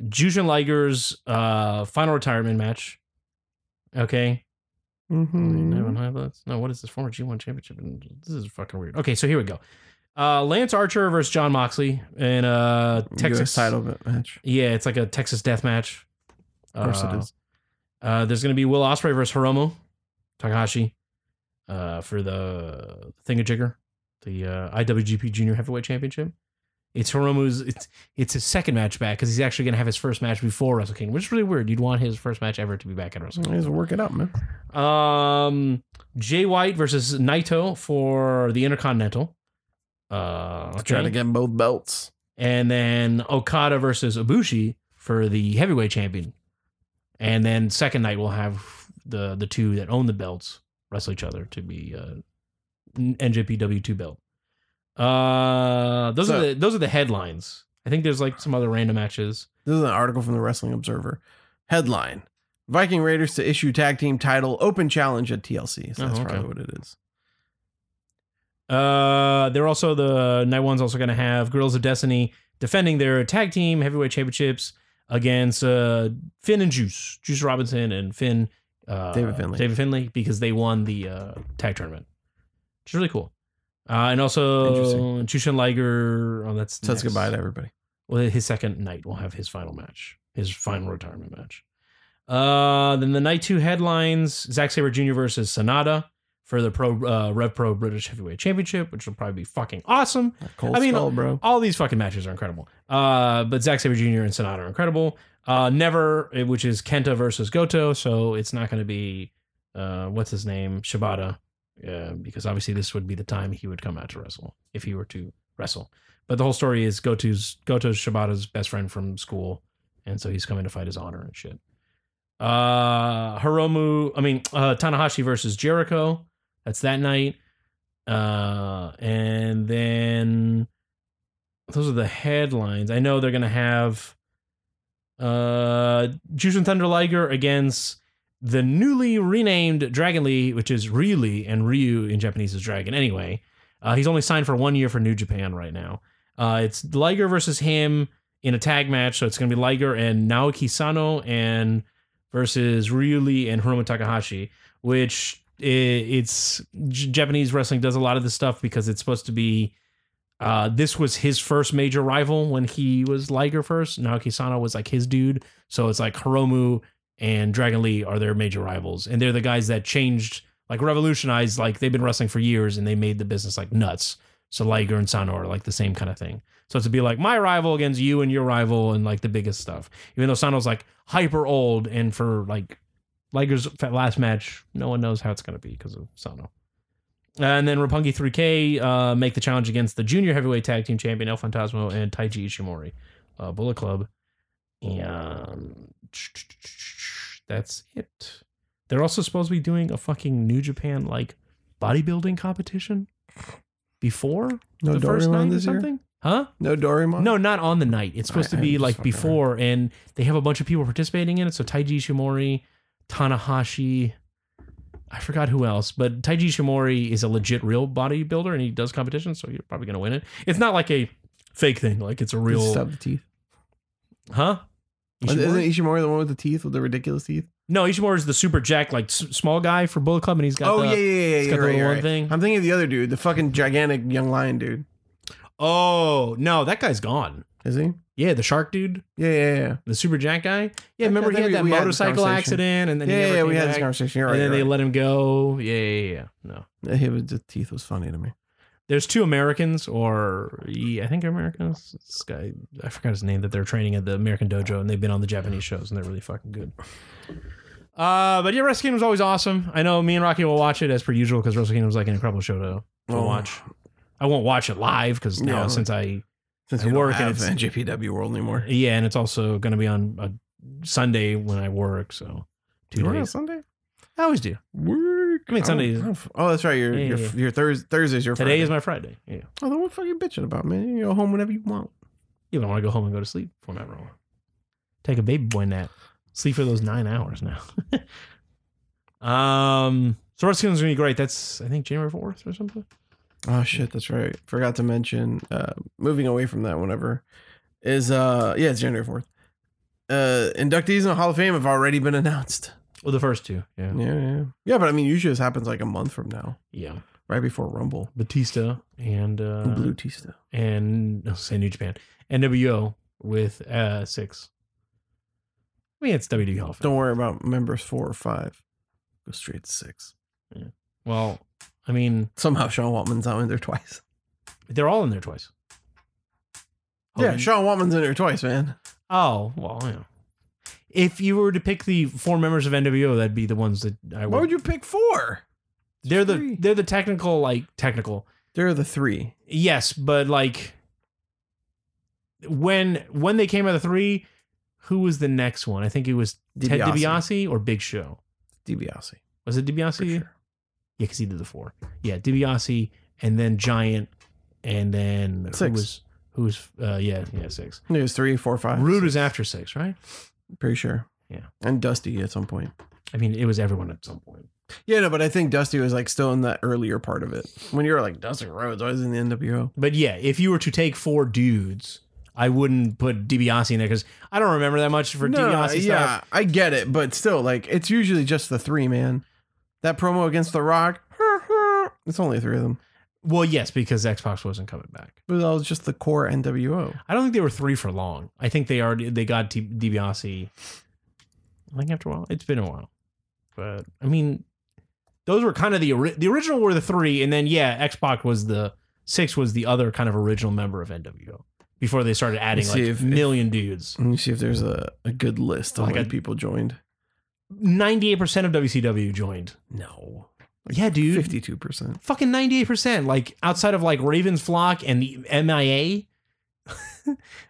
Jushin Liger's uh, final retirement match. Okay. Mm-hmm. Eleven highlights. No, what is this? Former G1 championship. This is fucking weird. Okay, so here we go. Uh, Lance Archer versus John Moxley in a Texas US title ma- match. Yeah, it's like a Texas death match. Of course Uh, it is. uh, there's going to be Will Osprey versus Hiromu Takahashi uh, for the Thingajigger, the uh, IWGP Junior Heavyweight Championship. It's Hiromu's. It's it's his second match back because he's actually going to have his first match before Wrestle Kingdom, which is really weird. You'd want his first match ever to be back at Wrestle Let's work it out, man. Kingdom. Um, Jay White versus Naito for the Intercontinental. Uh, okay. Trying to get both belts. and then Okada versus Ibushi for the heavyweight champion. And then second night we'll have the the two that own the belts wrestle each other to be uh, N- NJPW two belt. Uh, those So- are the those are the headlines. I think there's like some other random matches. This is an article from the Wrestling Observer. Headline: Viking Raiders to issue tag team title open challenge at TLC. So Oh, that's okay. probably what it is. Uh, they're also the night one's also going to have Girls of Destiny defending their tag team heavyweight championships against uh, Finn and Juice, Juice Robinson and Finn, uh, David Finlay. David Finley, because they won the uh, tag tournament, which is really cool. Uh, and also Interesting. Jushin Liger. Oh, that's Says next. goodbye to everybody. Well, his second night will have his final match, his final retirement match. Uh, then the night two headlines: Zack Saber Jr. versus Sonata for the Pro uh, Rev Pro British Heavyweight Championship, which will probably be fucking awesome. Cold I mean, skull, bro. All these fucking matches are incredible. Uh, but Zack Saber Jr. and Sonata are incredible. Uh, Never, eh, which is Kenta versus Goto, so it's not going to be uh, what's his name Shibata, uh, because obviously this would be the time he would come out to wrestle if he were to wrestle. But the whole story is Goto's Goto's Shibata's best friend from school, and so he's coming to fight his honor and shit. Uh, Hiromu, I mean uh, Tanahashi versus Jericho. That's that night. Uh, and then those are the headlines. I know they're gonna have uh Jushin Thunder Liger against the newly renamed Dragon Lee, which is Lee and Ryu in Japanese is Dragon. Anyway, uh, he's only signed for one year for New Japan right now. Uh, it's Liger versus him in a tag match, so it's gonna be Liger and Naoki Sano and versus Ryu Lee and Hiromu Takahashi, which i it's J- Japanese wrestling does a lot of this stuff because it's supposed to be uh, this was his first major rival when he was Liger first. Naoki Sano was like his dude. So it's like Hiromu and Dragon Lee are their major rivals. And they're the guys that changed, like revolutionized, like they've been wrestling for years and they made the business like nuts. So Liger and Sano are like the same kind of thing. So it's to be like my rival against you and your rival and like the biggest stuff. Even though Sano's like hyper old and for like Liger's fa- last match, no one knows how it's going to be because of Sano. And then Rapungi 3K uh, make the challenge against the junior heavyweight tag team champion El Fantasmo and Taiji Ishimori, uh, Bullet Club. And that's it. They're also supposed to be doing a fucking New Japan like bodybuilding competition before No the first Doraemon night or this year. something, huh? No Doraemon. No, not on the night. It's supposed I- to I be just like fucking heard. before, and they have a bunch of people participating in it. So Taiji Shimori, Tanahashi, I forgot who else, but Taiji Shimori is a legit real bodybuilder, and he does competitions, so you're probably gonna win it. It's not like a fake thing; like it's a Just real, Stub the teeth. huh? Isn't Ishimori? Ishimori the one with the teeth with the ridiculous teeth? no, Ishimori is the super jack, like s- small guy for Bullet Club, and he's got oh the, yeah, yeah, yeah, yeah. he's got you're the right, little you're one right. thing. I'm thinking of the other dude, the fucking gigantic young lion dude. oh no, that guy's gone. Is he? Yeah, the shark dude, Yeah, yeah, yeah. the super jack guy. Yeah, I remember he think had we- that we had this motorcycle conversation. accident, and then he yeah, never yeah. came We had this back. conversation. You're right. and then you're they right. let him go. Yeah, yeah, yeah. No, He was- the teeth was funny to me. there's two Americans, or yeah, I think Americans. This guy, I forgot his name, that they're training at the American Dojo, and they've been on the Japanese shows, and they're really fucking good. Uh, but yeah, Wrestle Kingdom is always awesome. I know me and Rocky will watch it as per usual because Wrestle Kingdom is like an incredible show to, to Oh. watch. I won't watch it live because now Yeah. since I Since I we don't work and have it's- NJPW World anymore. yeah, and it's also going to be on a Sunday when I work, so two You work on days. Sunday. I always do. Work. I mean, Sundays- Oh, that's right. Your Yeah, your, yeah, yeah. your Thurs Thursdays. Your Today is my Friday. Yeah, Oh, then what fucking bitching about, man? You go home whenever you want. Even I want to go home and go to sleep for Mm. my roll. Take a baby boy nap. Sleep for those nine hours now. um, so Red Skin's gonna be great. That's I think January fourth or something. Oh shit, that's right. Forgot to mention. Uh, moving away from that, whenever is uh yeah, it's January fourth. Uh, inductees in the Hall of Fame have already been announced. Well, the first two. Yeah, Yeah, yeah, yeah. But I mean, usually this happens like a month from now, yeah. right before Rumble. Batista and uh, Blue Tista. and no, say New Japan NWO with uh six. I mean, it's WWE Hall of Fame. Don't worry about members four or five. Go straight to six. Well, I mean, Somehow Sean Waltman's not in there twice. they're all in there twice. yeah, Hogan- Sean Waltman's in there twice, man. Oh well, yeah. If you were to pick the four members of NWO, that'd be the ones that I Why would you pick four? They're Three. the they're the technical like technical. There are the three. Yes, but like when when they came out of three, who was the next one? I think it was Ted DiBiase or Big Show. DiBiase. Was it for DiBiase? sure. Yeah, because he did the four. Yeah, DiBiase and then Giant and then Six. who was who was uh, yeah yeah six. It was three, four, five. Rude was after six, right? Pretty sure. Yeah. And Dusty at some point. I mean, it was everyone at some point. Yeah, no, but I think Dusty was like still in the earlier part of it. When you were like Dusty Rhodes, I was in the NWO. But yeah, if you were to take four dudes, I wouldn't put DiBiase in there because I don't remember that much for DiBiase stuff. yeah, I get it, but still, like it's usually just the three man. That promo against The Rock, it's only three of them. Well, yes, because Xbox wasn't coming back. But that was just the core NWO. I don't think they were three for long. I think they already they got T- DiBiase. I think after a while, it's been a while, but I mean, those were kind of the ori- the original were the three, and then yeah, Xbox was the six was the other kind of original member of NWO before they started adding Let's like see if- million dudes. Let me see if there's a, a good list of Like when a- people joined. Ninety eight percent of WCW joined. No. Yeah, dude. Fifty-two percent. fucking 98% like outside of like raven's flock and the mia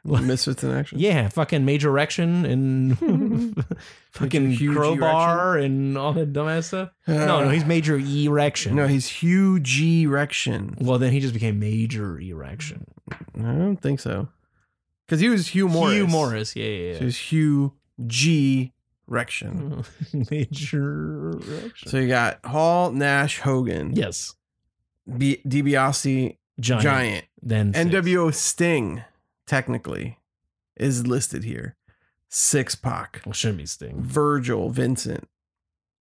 Like- Misfits in action. yeah fucking major erection and fucking Major huge crowbar and all that dumbass stuff Uh, no no he's major erection no, he's huge erection. well then he just became major erection I don't think so. Because he was Hugh Morris. hugh morris yeah yeah, Mm-hmm. So he yeah. was Hugh G. Rection. major erection So you got Hall, Nash, Hogan, yes B- DiBiase, giant, Giant, then six. NWO Sting, technically, is listed here. Six Pac, well, shouldn't be sting Virgil, Vincent,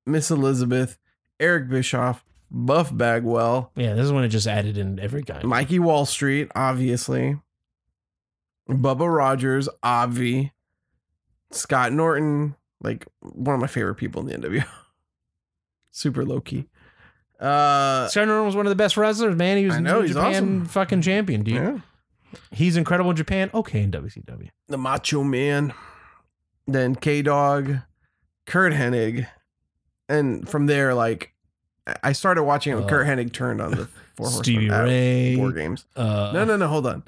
Miss Elizabeth, Eric Bischoff, Buff Bagwell, yeah this is when it just added in every guy Mikey Wall Street, obviously. Bubba Rogers, Avi. Scott Norton, like one of my favorite people in the NWO. Super low key. Uh, Scott Norton was one of the best wrestlers, man. He was I know, New he's Japan awesome. fucking champion, dude. yeah. He's incredible in Japan. Okay, in WCW. The Macho Man. Then K Dog, Kurt Hennig. And from there, like, I- I started watching it when Uh, Kurt Hennig turned on the Four Stevie Horsemen at Ray. War Games. Uh, No, no, no. Hold on.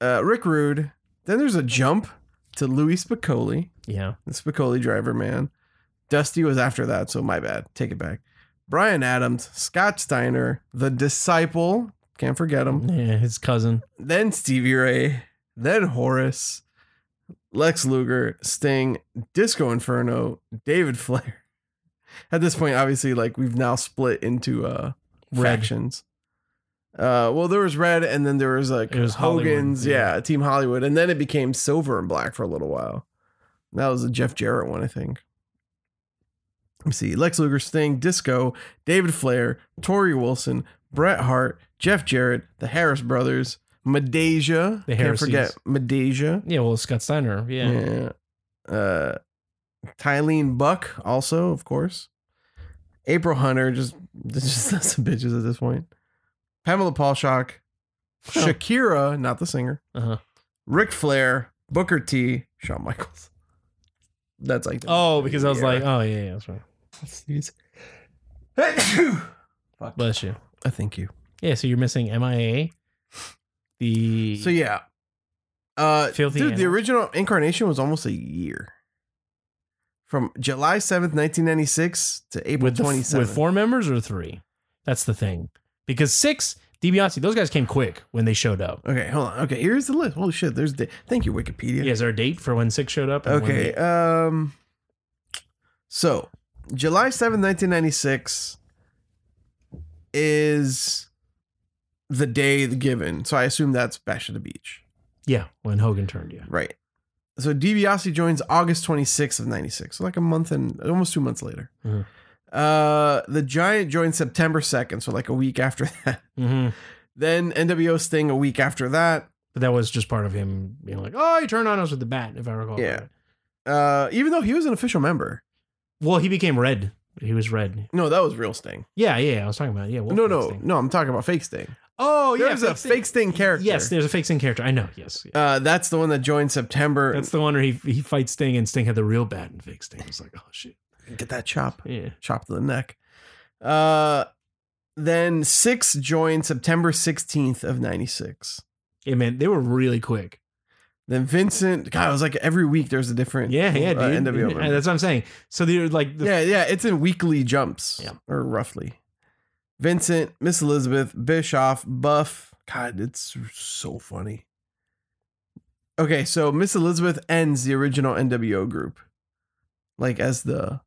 Uh, Rick Rude. Then there's a jump to Louis Spicoli, Yeah. the Spicoli driver man. Dusty was after that, so my bad. Take it back. Brian Adams, Scott Steiner, the disciple. Can't forget him. Yeah, his cousin. Then Stevie Ray. Then Horace. Lex Luger, Sting, Disco Inferno, David Flair. At this point, obviously, like we've now split into uh Red. factions. Uh, well, there was red, and then there was like It was Hollywood, Hogan's, yeah. yeah, Team Hollywood, and then it became silver and black for a little while. And that was the Jeff Jarrett one, I think. Let me see: Lex Luger, Sting, Disco, David Flair, Tori Wilson, Bret Hart, Jeff Jarrett, the Harris Brothers, Medeja. The Can't forget Harrises. Medeja. Yeah, well, Scott Steiner. Yeah. Yeah. Uh, Tylene Buck, also, of course. April Hunter, just this is just some bitches at this point. Pamela Paulshock, Shakira, not the singer. Uh-huh. Ric Flair, Booker T, Shawn Michaels. That's like. the- Oh, because I was Yeah. like, oh, yeah, yeah, that's right. Sneeze. Fuck. Bless you. I thank you. Yeah, so you're missing MIA. The. So yeah, uh, Filthy dude, the animal. original incarnation was almost a year, from July seventh, nineteen ninety six, to April with, the, f- twenty with seventh. four members or three? That's the thing. Because six, DiBiase, those guys came quick when they showed up. Okay, hold on. Okay, here's the list. Holy shit! There's the thank you, Wikipedia. Yeah, is there a date for when six showed up? and when Okay. they- Um. So, July seventh, nineteen ninety six, is the day given. So I assume that's Bash at the Beach, yeah, when Hogan turned you. right? So DiBiase joins August twenty sixth of ninety six, so like a month and almost two months later. Mhm. Uh, the Giant joined September second, so like a week after that. Mm-hmm. Then NWO Sting a week after that. But that was just part of him being like, oh, he turned on us with the bat, if I recall. Yeah. correctly. Uh, even though he was an official member, Well, he became red. He was red. No, that was real Sting. Yeah, yeah, I was talking about yeah. no, Wolfgang no, Sting. no. I'm talking about fake Sting. Oh, yeah, There's a fake Sting character. Yes, there's a fake Sting character. I know. Yes, yeah. Uh, that's the one that joined September. that's the one where he he fights Sting and Sting had the real bat and fake Sting. It's like, oh shit. Get that chop, Yeah. chop to the neck. Uh, Then six joined September 16th of 96. Yeah, man, they were really quick. Then Vincent, God, it was like every week there's a different Yeah, yeah, uh, dude. NWO And member. that's what I'm saying. So they're like, the, yeah, yeah, it's in weekly jumps, Yeah. or roughly. Vincent, Miss Elizabeth, Bischoff, Buff. God, it's so funny. Okay, so Miss Elizabeth ends the original NWO group, like as the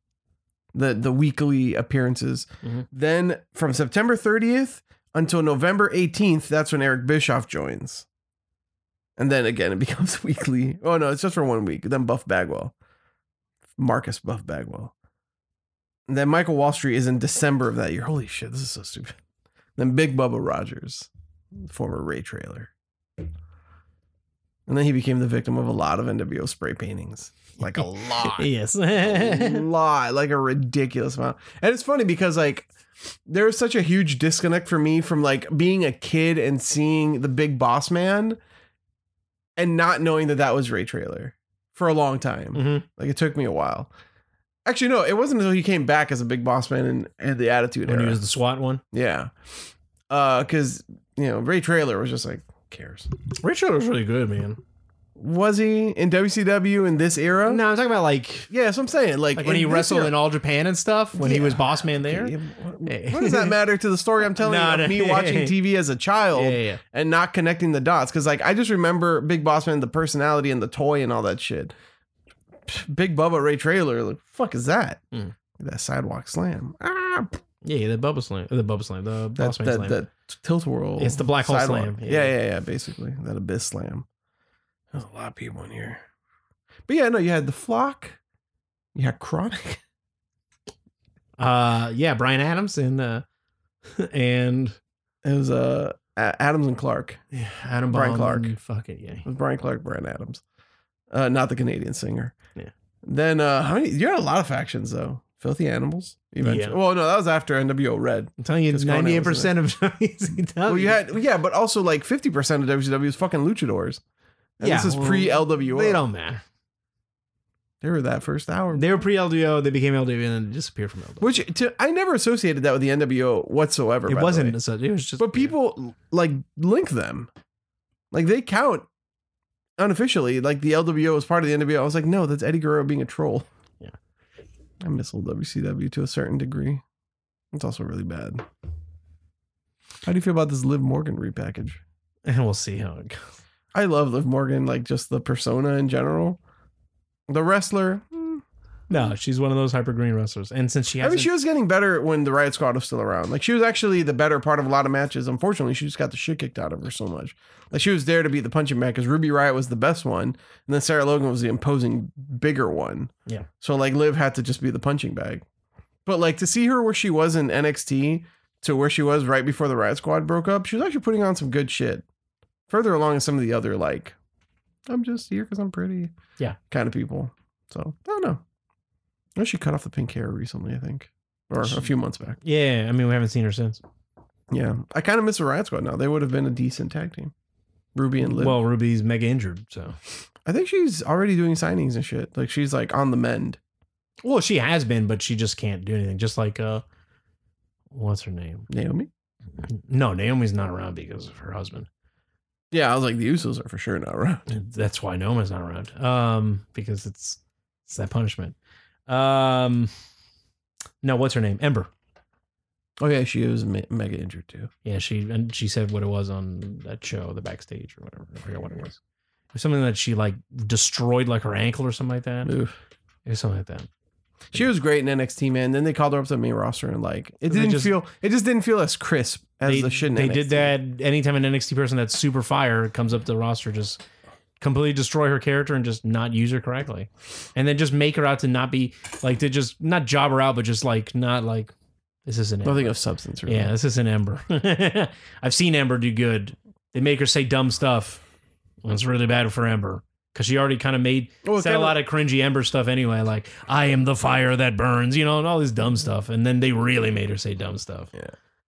the the weekly appearances. Mhm. Then from September 30th until November 18th, that's when Eric Bischoff joins. And then again, it becomes weekly. Oh no, it's just for one week. Then Buff Bagwell, Marcus Buff Bagwell. And then Michael Wall Street is in December of that year. Holy shit, this is so stupid. Then Big Bubba Rogers, former Ray Trailer. And then he became the victim of a lot of NWO spray paintings. Like a lot yes. Mm-hmm. a yeah, lot, like a ridiculous amount. And it's funny because like there's such a huge disconnect for me from like being a kid and seeing the big boss man and not knowing that that was Ray Trailer for a long time. Mhm. Like it took me a while. Actually, no, it wasn't until he came back as a big boss man and, and the attitude when he era. was the SWAT one. yeah. Uh, cause you know, Ray Trailer was just like, who cares. Richard was really good, man. Was he in WCW in this era? No, I'm talking about like, Yeah, that's what I'm saying. Like, like when he this wrestled era- in All Japan and stuff, when he Yeah. was boss man there. Yeah, Hey. What does that matter to the story I'm telling No, you no. of me watching TV as a Yeah, child yeah, yeah. and not connecting the dots? Because like I just remember Big Boss Man, the personality and the toy and all that shit. Pff, Big Bubba Ray Trailer, like fuck is that? Mm. That sidewalk slam. Ah, Yeah, yeah, the Bubba Slam, the Bubba Slam, the that Boss Man that, Slam. that tilt whirl. It's the black hole slam, Yeah. yeah. yeah, yeah, Basically, that abyss slam. There's a lot of people in here. But yeah, no, you had the flock. You had chronic. Uh, yeah, Brian Adams and uh, and It was uh, A- Adams and Clark. yeah, Adam Brian Baum Clark. and Fucking yeah. It was Brian Clark, Brian Adams, uh, not the Canadian singer. Yeah. Then uh, how many? You had a lot of factions though. Filthy Animals. Eventually. Yeah. Well, no, that was after NWO Red. I'm telling you, Because Conan 98 was in percent of WCW. well, you had yeah, but also like fifty percent of WCW is fucking luchadors. And Yeah, this is well, pre LWO. They don't matter. They were that first hour, They were pre LDO. They became LDO and then disappeared from LDO. which to, I never associated that with the NWO whatsoever. by it the wasn't. way. a sub- It was just. but people like link them, like they count unofficially. Like the LWO was part of the NWO. I was like, no, that's Eddie Guerrero being a troll. Yeah. I miss old WCW to a certain degree. It's also really bad. How do you feel about this Liv Morgan repackage? and we'll see how it goes. I love Liv Morgan, like just the persona in general. The wrestler. mm, No, she's one of those hyper green wrestlers, and since she I has, mean, she was getting better when the Riot Squad was still around. Like, she was actually the better part of a lot of matches. Unfortunately, she just got the shit kicked out of her so much. Like, she was there to be the punching bag because Ruby Riot was the best one, and then Sarah Logan was the imposing bigger one. Yeah. So like, Liv had to just be the punching bag. But like to see her where she was in NXT to where she was right before the Riot Squad broke up, she was actually putting on some good shit. Further along in some of the other like, I'm just here because I'm pretty. Yeah. Kind of people. So I don't know. Well, She cut off the pink hair recently, I think, or a She- few months back. yeah. I mean, we haven't seen her since. Yeah, I kind of miss the Riot Squad now. They would have been a decent tag team. Ruby and Liv. Well, Ruby's mega injured, so. I think she's already doing signings and shit. Like she's like on the mend. Well, she has been, but she just can't do anything. Just like uh, what's her name? Naomi. No, Naomi's not around because of her husband. Yeah, I was like the Usos are for sure not around. That's why Naomi's not around. Um, because it's it's that punishment. Um, no, what's her name? Ember. Oh yeah, she was me- mega injured too. Yeah, she and she said what it was on that show, the backstage or whatever. I forgot what it was. It was something that she like destroyed, like her ankle or something like that. It Oof. was something like that. She was great in NXT, man. Then they called her up to the main roster and like it They didn't just- feel it just didn't feel as crisp as they the shit. In they NXT. did that anytime an NXT person that's super fire comes up to the roster, just completely destroy her character and just not use her correctly, and then just make her out to not be like to just not job her out, but just like not like this isn't Ember. Nothing of substance, really. Yeah, this isn't Ember. I've seen Ember do good. They make her say dumb stuff. and It's really bad for Ember because she already kind of made Well, it said a kinda- lot of cringy Ember stuff anyway, like "I am the fire that burns," you know, and all this dumb stuff. And then they really made her say dumb stuff.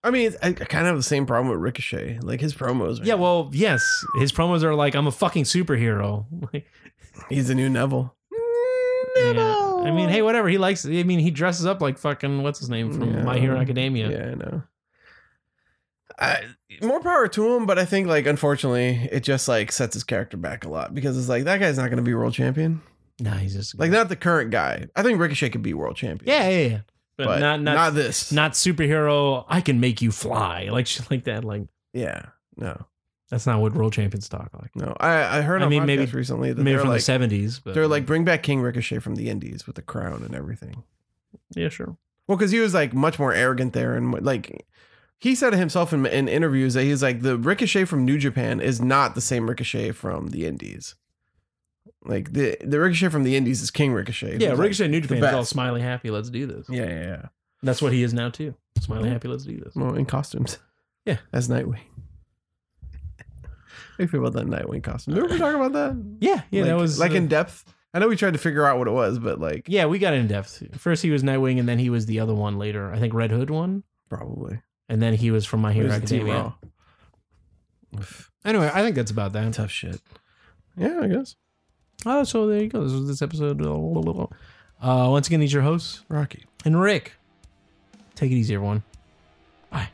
I mean, it's, I I kind of have the same problem with Ricochet. Like his promos. Are, Yeah, well, yes, his promos are like, "I'm a fucking superhero." Like, he's the new Neville. yeah. I mean, hey, whatever. He likes. I mean, he dresses up like fucking what's his name from Yeah. My Hero Academia. Yeah, I know. I, more power to him, but I think like unfortunately it just like sets his character back a lot because it's like that guy's not going to be world champion. Nah, he's just Like not the current guy. I think Ricochet could be world champion. Yeah, yeah, yeah. But, but, not not not, this. superhero. I can make you fly, like shit like that. Like yeah. No, that's not what world champions talk like. no. I I heard I on mean, podcasts maybe- recently that Maybe they're from like the seventies, but they're like bring back King Ricochet from the Indies with the crown and everything. yeah, sure. Well, because he was like much more arrogant there, and like he said himself in, in interviews that he's like the Ricochet from New Japan is not the same Ricochet from the Indies. Like the the Ricochet from the Indies is King Ricochet. Yeah, who's, Ricochet New Japan is all best. smiley happy. Let's do this. Like, yeah, Mm-hmm. yeah, yeah. That's what he is now too. Smiley Yeah. happy. Let's do this. Well, in costumes. Yeah. as Nightwing. How do you feel about that Nightwing costume? Remember we talking about that? Yeah, yeah. like, that was like uh, in depth. I know we tried to figure out what it was, but like Yeah, we got in depth. First he was Nightwing, and then he was the other one later. I think Red Hood one, probably and then he was from My It Hero was the Team Academia. Raw. Anyway, I think that's about that. Tough shit. Yeah, I guess Oh, so there you go. This was this episode. Uh, once again, these are your hosts Rocky. and Rick. Take it easy, everyone. Bye.